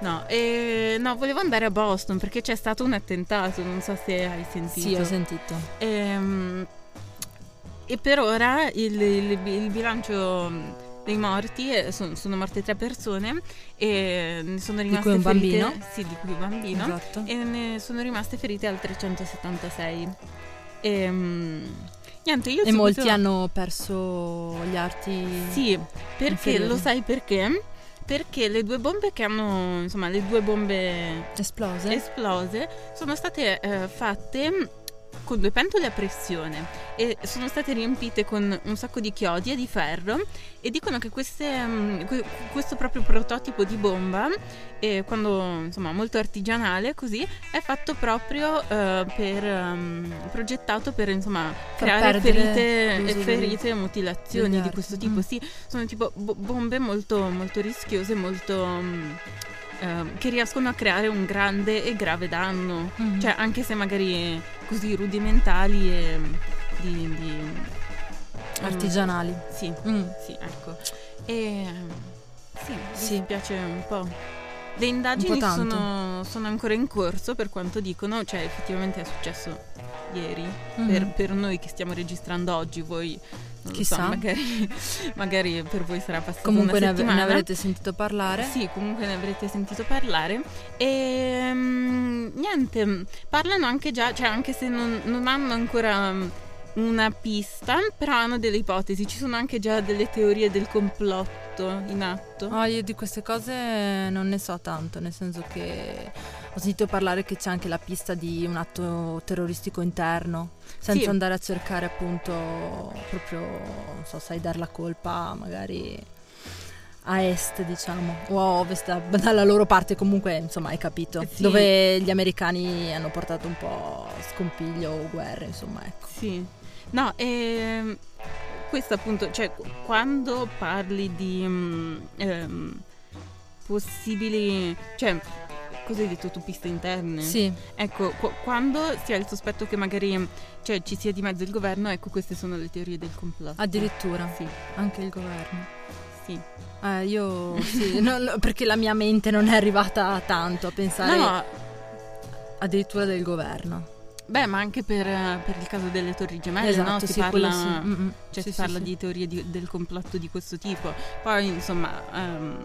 [SPEAKER 2] no, E no, volevo andare a Boston perché c'è stato un attentato, non so se hai sentito.
[SPEAKER 3] Sì, ho sentito.
[SPEAKER 2] Ehm, e per ora il, il- il bilancio dei morti eh, son- sono morte tre persone e ne sono rimaste
[SPEAKER 3] cui un
[SPEAKER 2] ferite,
[SPEAKER 3] bambino.
[SPEAKER 2] Sì, di cui un bambino.
[SPEAKER 3] Esatto.
[SPEAKER 2] E ne sono rimaste ferite altre 176. Ehm, niente, io ho
[SPEAKER 3] E
[SPEAKER 2] subito-
[SPEAKER 3] molti hanno perso gli arti.
[SPEAKER 2] Sì, perché
[SPEAKER 3] Inferiori.
[SPEAKER 2] lo sai perché? Perché le due bombe che hanno, insomma, le due bombe
[SPEAKER 3] Esplose.
[SPEAKER 2] esplose sono state eh, fatte con due pentole a pressione e sono state riempite con un sacco di chiodi e di ferro e dicono che queste, mm, que- questo proprio prototipo di bomba, eh, quando insomma molto artigianale così, è fatto proprio eh, per mm, progettato per insomma creare
[SPEAKER 3] perdere
[SPEAKER 2] ferite,
[SPEAKER 3] l'uso
[SPEAKER 2] e ferite e mutilazioni
[SPEAKER 3] degli
[SPEAKER 2] di
[SPEAKER 3] arti.
[SPEAKER 2] questo tipo.
[SPEAKER 3] Mm.
[SPEAKER 2] Sì, sono tipo bo- bombe molto, molto rischiose, molto... mm, ehm, che riescono a creare un grande e grave danno,
[SPEAKER 3] Mhm.
[SPEAKER 2] cioè anche se magari così rudimentali e di, di mm,
[SPEAKER 3] Artigianali.
[SPEAKER 2] sì,
[SPEAKER 3] Mm.
[SPEAKER 2] sì, ecco. E sì,
[SPEAKER 3] Sì.
[SPEAKER 2] mi piace un po'. Le indagini
[SPEAKER 3] Un po' tanto.
[SPEAKER 2] sono, sono ancora in corso per quanto dicono, cioè effettivamente è successo ieri,
[SPEAKER 3] Mhm.
[SPEAKER 2] per, per noi che stiamo registrando oggi, voi non lo so,
[SPEAKER 3] Chissà.
[SPEAKER 2] magari, magari per voi sarà passata
[SPEAKER 3] Comunque ne,
[SPEAKER 2] una
[SPEAKER 3] av- ne
[SPEAKER 2] settimana.
[SPEAKER 3] avrete sentito parlare.
[SPEAKER 2] Sì, comunque ne avrete sentito parlare. E mm, niente, parlano anche già, cioè anche se non, non hanno ancora mm, una pista, però hanno delle ipotesi, ci sono anche già delle teorie del complotto tutto in atto.
[SPEAKER 3] Ah, io di queste cose non ne so tanto, nel senso che ho sentito parlare che c'è anche la pista di un atto terroristico interno, senza
[SPEAKER 2] Sì.
[SPEAKER 3] andare a cercare appunto proprio, non so, sai, dar la colpa magari a est, diciamo, o a ovest, da- dalla loro parte comunque, insomma, hai capito,
[SPEAKER 2] Sì.
[SPEAKER 3] dove gli americani hanno portato un po' scompiglio o guerre, insomma, ecco.
[SPEAKER 2] Sì, no, ehm, questo appunto, cioè qu- quando parli di mm, ehm, possibili, cioè, cosa hai detto tu, piste interne?
[SPEAKER 3] Sì,
[SPEAKER 2] Ecco, qu- quando si ha il sospetto che magari mm, cioè, ci sia di mezzo il governo, ecco, queste sono le teorie del complotto.
[SPEAKER 3] addirittura,
[SPEAKER 2] Sì,
[SPEAKER 3] anche il governo.
[SPEAKER 2] sì.
[SPEAKER 3] Eh, io sì, no, no, perché la mia mente non è arrivata tanto a pensare
[SPEAKER 2] No, no,
[SPEAKER 3] addirittura del governo.
[SPEAKER 2] beh, ma anche per, eh, per il caso delle Torri Gemelle, Eh, no? Si
[SPEAKER 3] Esatto, sì, quello
[SPEAKER 2] parla...
[SPEAKER 3] sì. Mm, mm.
[SPEAKER 2] cioè
[SPEAKER 3] Sì,
[SPEAKER 2] si
[SPEAKER 3] sì,
[SPEAKER 2] parla
[SPEAKER 3] sì.
[SPEAKER 2] di teorie di- del complotto di questo tipo. Poi insomma, ehm,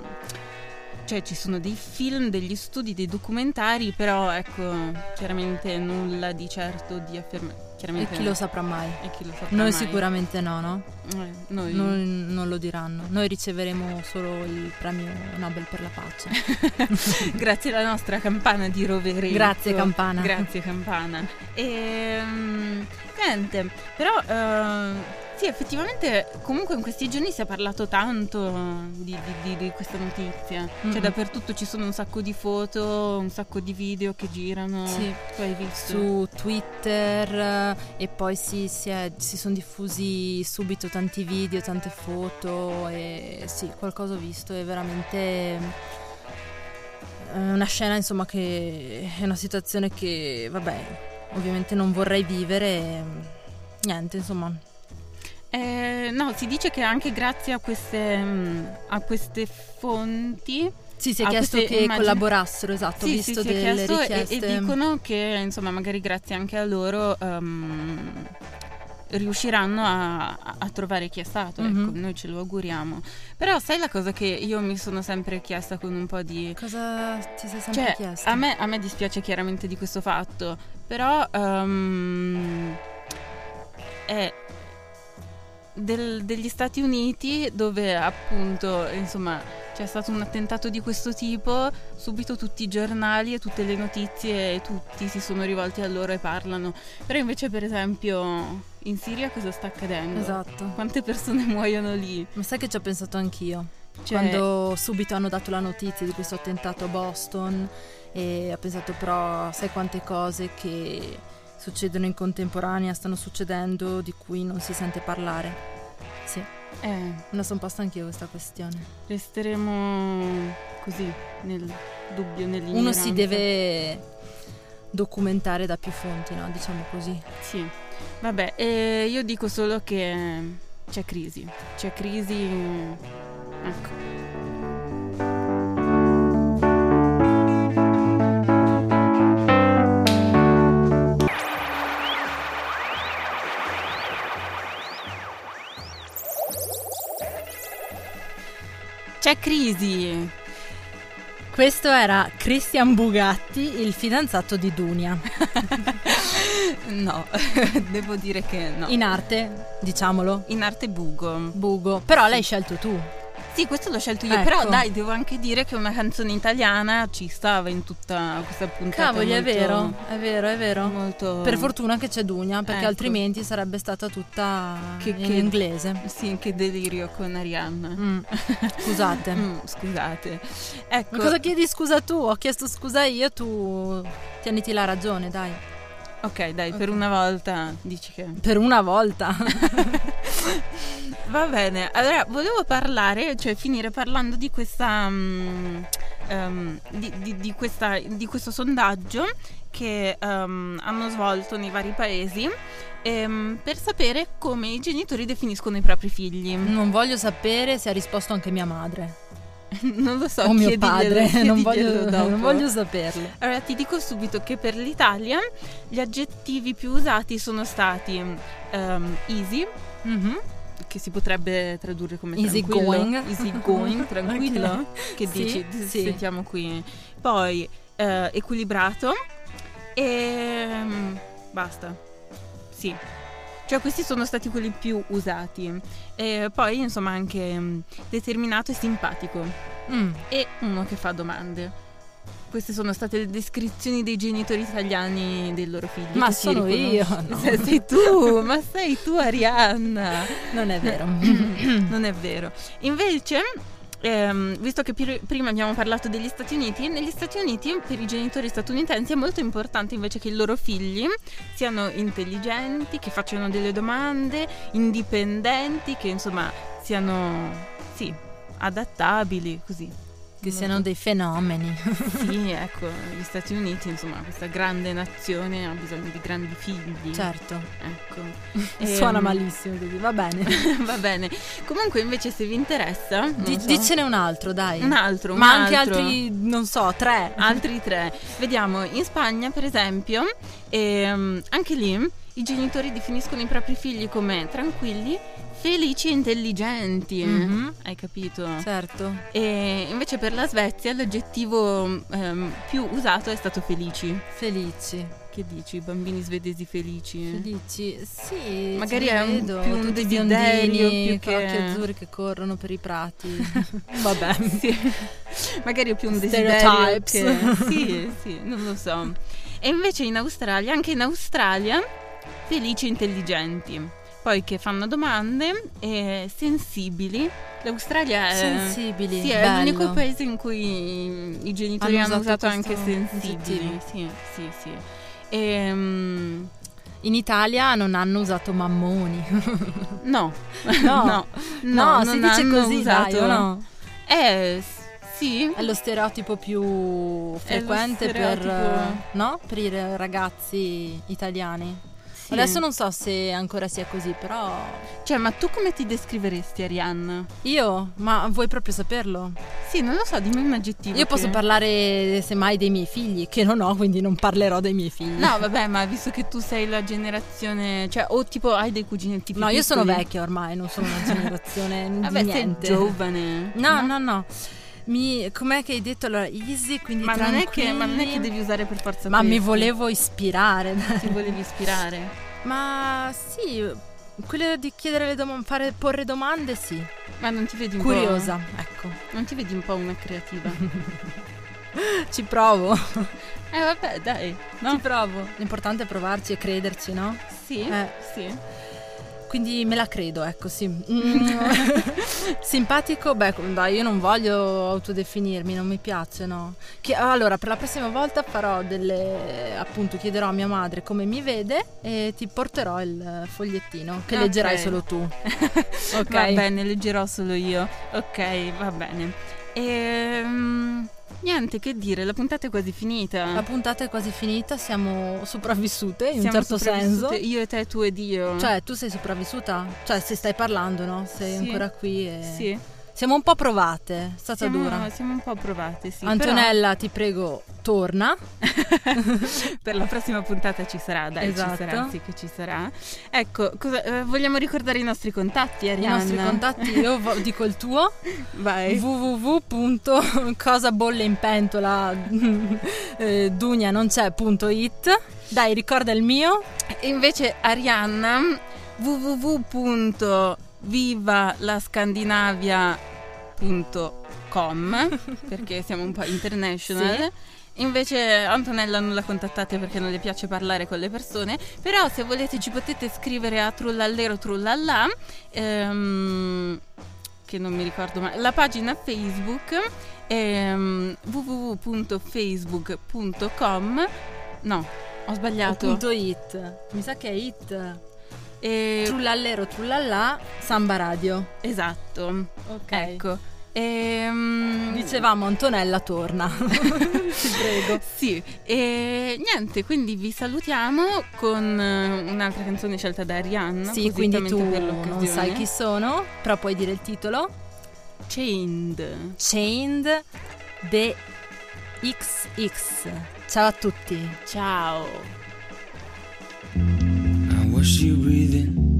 [SPEAKER 2] cioè ci sono dei film, degli studi, dei documentari, però ecco, chiaramente nulla di certo di affermare.
[SPEAKER 3] E
[SPEAKER 2] Chiaramente
[SPEAKER 3] chi lo saprà mai?
[SPEAKER 2] e chi lo saprà
[SPEAKER 3] Noi
[SPEAKER 2] mai.
[SPEAKER 3] sicuramente no, no?
[SPEAKER 2] Eh, noi.
[SPEAKER 3] Non, non lo diranno. Noi riceveremo solo il premio Nobel per la pace.
[SPEAKER 2] Grazie alla nostra campana di Roverenzo.
[SPEAKER 3] Grazie, campana.
[SPEAKER 2] Grazie campana. Ehm, niente, però eh, sì, effettivamente comunque in questi giorni si è parlato tanto di, di- di- di questa notizia.
[SPEAKER 3] Mm-mm.
[SPEAKER 2] Cioè dappertutto ci sono un sacco di foto, un sacco di video che girano.
[SPEAKER 3] Sì.
[SPEAKER 2] Tu hai visto?
[SPEAKER 3] Su Twitter eh, e poi si, si è- si sono diffusi subito tanti video, tante foto e sì, qualcosa ho visto, è veramente eh, una scena insomma che è una situazione che vabbè ovviamente non vorrei vivere, e, niente insomma.
[SPEAKER 2] Eh, no, si dice che anche grazie a queste, mm, a queste fonti
[SPEAKER 3] Sì, si è
[SPEAKER 2] Ah,
[SPEAKER 3] chiesto che
[SPEAKER 2] queste immagini-
[SPEAKER 3] collaborassero, esatto, ho
[SPEAKER 2] Sì, sì,
[SPEAKER 3] visto
[SPEAKER 2] si è
[SPEAKER 3] delle
[SPEAKER 2] chiesto e-
[SPEAKER 3] richieste.
[SPEAKER 2] e, dicono che insomma magari grazie anche a loro ehm, riusciranno a, a trovare chi è stato
[SPEAKER 3] Mhm.
[SPEAKER 2] ecco noi ce lo auguriamo però sai la cosa che io mi sono sempre chiesta con un po' di
[SPEAKER 3] Cosa ti sei sempre
[SPEAKER 2] cioè
[SPEAKER 3] chiesto?
[SPEAKER 2] a me, a me dispiace chiaramente di questo fatto però ehm, è del- degli Stati Uniti dove appunto insomma c'è stato un attentato di questo tipo, subito tutti i giornali e tutte le notizie e tutti si sono rivolti a loro e parlano. Però invece per esempio in Siria cosa sta accadendo?
[SPEAKER 3] Esatto.
[SPEAKER 2] Quante persone muoiono lì?
[SPEAKER 3] Ma sai che ci ho pensato anch'io?
[SPEAKER 2] Cioè,
[SPEAKER 3] quando subito hanno dato la notizia di questo attentato a Boston e ho pensato però sai quante cose che succedono in contemporanea stanno succedendo di cui non si sente parlare sì me
[SPEAKER 2] eh,
[SPEAKER 3] la sono posta anch'io questa questione
[SPEAKER 2] resteremo così nel dubbio, nell'ignoranza.
[SPEAKER 3] uno si deve documentare da più fonti no diciamo così
[SPEAKER 2] Sì, vabbè, eh, io dico solo che c'è crisi, c'è crisi, ecco. C'è crisi,
[SPEAKER 3] questo era Christian Bugatti il fidanzato di Dunia
[SPEAKER 2] no, devo dire che no.
[SPEAKER 3] in arte diciamolo
[SPEAKER 2] in arte bugo.
[SPEAKER 3] Bugo però l'hai scelto tu
[SPEAKER 2] Sì, questo l'ho scelto io,
[SPEAKER 3] Ecco.
[SPEAKER 2] però dai, devo anche dire che una canzone italiana ci stava in tutta questa puntata.
[SPEAKER 3] cavoli è
[SPEAKER 2] molto-
[SPEAKER 3] vero è vero è vero
[SPEAKER 2] Molto...
[SPEAKER 3] Per fortuna che c'è Dunia, perché
[SPEAKER 2] Ecco.
[SPEAKER 3] altrimenti sarebbe stata tutta
[SPEAKER 2] Che-
[SPEAKER 3] in
[SPEAKER 2] che-
[SPEAKER 3] inglese.
[SPEAKER 2] Sì, che delirio con Arianna.
[SPEAKER 3] Mm. Scusate.
[SPEAKER 2] Mm, scusate. Ecco,
[SPEAKER 3] Ma cosa chiedi scusa tu? Ho chiesto scusa io, tu tieniti la ragione, dai.
[SPEAKER 2] ok, dai, per
[SPEAKER 3] Ok.
[SPEAKER 2] una volta dici che...
[SPEAKER 3] Per una volta.
[SPEAKER 2] Va bene, allora volevo parlare, cioè finire parlando di questa. mm, ehm, di, di- di questa- di questo sondaggio che ehm, hanno svolto nei vari paesi ehm, per sapere come i genitori definiscono i propri figli.
[SPEAKER 3] non voglio sapere se ha risposto anche mia madre
[SPEAKER 2] non lo so,
[SPEAKER 3] o Oh, mio
[SPEAKER 2] chiediglielo-
[SPEAKER 3] padre. Non voglio,
[SPEAKER 2] chiediglielo dopo.
[SPEAKER 3] non voglio saperle.
[SPEAKER 2] Allora ti dico subito che per l'Italia gli aggettivi più usati sono stati ehm, easy, Mhm. che si potrebbe tradurre come
[SPEAKER 3] Easy
[SPEAKER 2] tranquillo.
[SPEAKER 3] going.
[SPEAKER 2] easy going, tranquillo. Che
[SPEAKER 3] Sì,
[SPEAKER 2] dici? Ti-
[SPEAKER 3] sì.
[SPEAKER 2] Sentiamo qui. Poi eh, equilibrato e basta. Sì. Cioè questi sono stati quelli più usati. E poi insomma anche mm, determinato e simpatico.
[SPEAKER 3] Mm,
[SPEAKER 2] E uno che fa domande. Queste sono state le descrizioni dei genitori italiani dei loro figli.
[SPEAKER 3] Ma
[SPEAKER 2] che si
[SPEAKER 3] sono io,
[SPEAKER 2] riconos-
[SPEAKER 3] no.
[SPEAKER 2] Se- Sei tu, ma sei tu Arianna.
[SPEAKER 3] non è vero. Mm-hmm.
[SPEAKER 2] Non è vero. Invece, ehm, visto che pri- prima abbiamo parlato degli Stati Uniti, negli Stati Uniti per i genitori statunitensi è molto importante invece che i loro figli siano intelligenti, che facciano delle domande, indipendenti, che insomma siano, sì, adattabili, così.
[SPEAKER 3] che siano dei fenomeni.
[SPEAKER 2] Sì, ecco, gli Stati Uniti, insomma, questa grande nazione ha bisogno di grandi figli.
[SPEAKER 3] Certo.
[SPEAKER 2] Ecco.
[SPEAKER 3] Suona
[SPEAKER 2] Ehm,
[SPEAKER 3] malissimo così, va bene.
[SPEAKER 2] Va bene. Comunque invece se vi interessa... non
[SPEAKER 3] Di-
[SPEAKER 2] so-
[SPEAKER 3] Dicene un altro, dai.
[SPEAKER 2] un altro, un
[SPEAKER 3] Eh, Ma anche
[SPEAKER 2] altro.
[SPEAKER 3] altri, non so, tre.
[SPEAKER 2] altri tre. Vediamo, in Spagna per esempio, ehm, anche lì i genitori definiscono i propri figli come tranquilli, felici e intelligenti.
[SPEAKER 3] Mhm.
[SPEAKER 2] Hai capito?
[SPEAKER 3] Certo.
[SPEAKER 2] E invece per la Svezia l'aggettivo ehm, più usato è stato felici.
[SPEAKER 3] Felici.
[SPEAKER 2] Che dici, i bambini svedesi felici?
[SPEAKER 3] Felici. Sì.
[SPEAKER 2] Magari
[SPEAKER 3] ce li
[SPEAKER 2] è un-
[SPEAKER 3] vedo,
[SPEAKER 2] più un
[SPEAKER 3] tutti
[SPEAKER 2] desiderio
[SPEAKER 3] biondini
[SPEAKER 2] più
[SPEAKER 3] con
[SPEAKER 2] che-
[SPEAKER 3] occhi azzurri che corrono per i prati. Vabbè.
[SPEAKER 2] Sì. Magari è più un desiderio
[SPEAKER 3] Stereotypes.
[SPEAKER 2] che... Sì, sì, non lo so. E invece in Australia, anche in Australia, felici e intelligenti. Poi che fanno domande e sensibili. L'Australia è...
[SPEAKER 3] Sensibili.
[SPEAKER 2] Sì, è
[SPEAKER 3] bello.
[SPEAKER 2] l'unico paese in cui i genitori
[SPEAKER 3] Hanno
[SPEAKER 2] hanno, usato,
[SPEAKER 3] usato
[SPEAKER 2] anche
[SPEAKER 3] questo
[SPEAKER 2] sensibili.
[SPEAKER 3] aggettivo.
[SPEAKER 2] Sì, sì, sì. Ehm,
[SPEAKER 3] In Italia non hanno usato mammoni.
[SPEAKER 2] no,
[SPEAKER 3] No.
[SPEAKER 2] no,
[SPEAKER 3] No, si
[SPEAKER 2] non
[SPEAKER 3] dice
[SPEAKER 2] hanno
[SPEAKER 3] così,
[SPEAKER 2] usato.
[SPEAKER 3] dai, o no?
[SPEAKER 2] Eh, s- sì,
[SPEAKER 3] È lo stereotipo più frequente per,
[SPEAKER 2] stereotipo.
[SPEAKER 3] eh, no? per i ragazzi italiani.
[SPEAKER 2] sì.
[SPEAKER 3] Adesso non so se ancora sia così, però
[SPEAKER 2] Cioè, ma tu come ti descriveresti, Arianna?
[SPEAKER 3] io, ma vuoi proprio saperlo?
[SPEAKER 2] Sì, non lo so, dimmi un aggettivo.
[SPEAKER 3] Io
[SPEAKER 2] che-
[SPEAKER 3] posso parlare semmai dei miei figli, che non ho, quindi non parlerò dei miei figli.
[SPEAKER 2] No, vabbè, ma visto che tu sei la generazione. Cioè, o tipo hai dei cuginetti più
[SPEAKER 3] No, io sono
[SPEAKER 2] piccoli.
[SPEAKER 3] vecchia ormai, non sono una generazione di
[SPEAKER 2] Vabbè,
[SPEAKER 3] niente.
[SPEAKER 2] sei giovane.
[SPEAKER 3] No, no, no. Mi, com'è che hai detto allora? Easy, quindi
[SPEAKER 2] Ma non, è che, ma non è che
[SPEAKER 3] tranquilli.
[SPEAKER 2] devi usare per forza
[SPEAKER 3] Ma mi
[SPEAKER 2] questi.
[SPEAKER 3] volevo ispirare.
[SPEAKER 2] Ti volevi ispirare.
[SPEAKER 3] Ma sì, quello di chiedere le domande, fare, porre domande, sì.
[SPEAKER 2] Ma non ti vedi un
[SPEAKER 3] Curiosa, ecco.
[SPEAKER 2] po'. Non ti vedi un po' una creativa.
[SPEAKER 3] Ci provo.
[SPEAKER 2] eh, vabbè, dai. No?
[SPEAKER 3] Ci provo. L'importante è provarci e crederci, no?
[SPEAKER 2] Sì.
[SPEAKER 3] Eh.
[SPEAKER 2] Sì.
[SPEAKER 3] Quindi me la credo, ecco, sì. Mm. Simpatico? Beh, com- dai, io non voglio autodefinirmi, non mi piace, no. Che- allora, per la prossima volta farò delle... appunto, chiederò a mia madre come mi vede e ti porterò il fogliettino che
[SPEAKER 2] Ah, Ok.
[SPEAKER 3] leggerai solo tu. ok.
[SPEAKER 2] Va bene, leggerò solo io. Ok, va bene. Ehm, niente, che dire, la puntata è quasi finita.
[SPEAKER 3] La puntata è quasi finita, siamo sopravvissute in
[SPEAKER 2] Siamo
[SPEAKER 3] un certo senso.
[SPEAKER 2] sopravvissute Io e te, tu ed io.
[SPEAKER 3] Cioè, tu sei sopravvissuta? Cioè, se stai parlando, no? Sei
[SPEAKER 2] Sì.
[SPEAKER 3] ancora qui e...
[SPEAKER 2] sì,
[SPEAKER 3] Siamo un po' provate, è stata
[SPEAKER 2] siamo,
[SPEAKER 3] dura.
[SPEAKER 2] siamo un po' provate, sì.
[SPEAKER 3] Antonella, ti prego, torna.
[SPEAKER 2] però per la prossima puntata ci sarà, dai,
[SPEAKER 3] Esatto.
[SPEAKER 2] ci sarà, sì che ci sarà. Ecco, cosa- eh, vogliamo ricordare i nostri contatti,
[SPEAKER 3] I
[SPEAKER 2] Arianna?
[SPEAKER 3] nostri contatti, io vo- dico il tuo,
[SPEAKER 2] Vai.
[SPEAKER 3] eh, www.cosabolleinpentola.dugnanoncè.it Dai, ricorda il mio.
[SPEAKER 2] E invece Arianna www.vivalascandinavia.com perché siamo un po' international. Invece Antonella non la contattate perché non le piace parlare con le persone, però se volete ci potete scrivere a trullallero trullallà ehm, che non mi ricordo mai, la pagina Facebook ehm, www.facebook.com No, ho sbagliato.
[SPEAKER 3] Punto it. Mi sa che è it.
[SPEAKER 2] E-
[SPEAKER 3] Trullallero, trullallà, Samba Radio.
[SPEAKER 2] esatto.
[SPEAKER 3] Ok.
[SPEAKER 2] Ecco. Ehm,
[SPEAKER 3] Dicevamo Antonella torna. Ti prego.
[SPEAKER 2] Sì, e niente, quindi vi salutiamo con eh, un'altra canzone scelta da Arianna.
[SPEAKER 3] Sì, quindi tu
[SPEAKER 2] appositamente per
[SPEAKER 3] non
[SPEAKER 2] l'occasione.
[SPEAKER 3] sai chi sono, però puoi dire il titolo.
[SPEAKER 2] Chained.
[SPEAKER 3] Chained the XX. Ciao a tutti.
[SPEAKER 2] Ciao.
[SPEAKER 4] I watched you breathing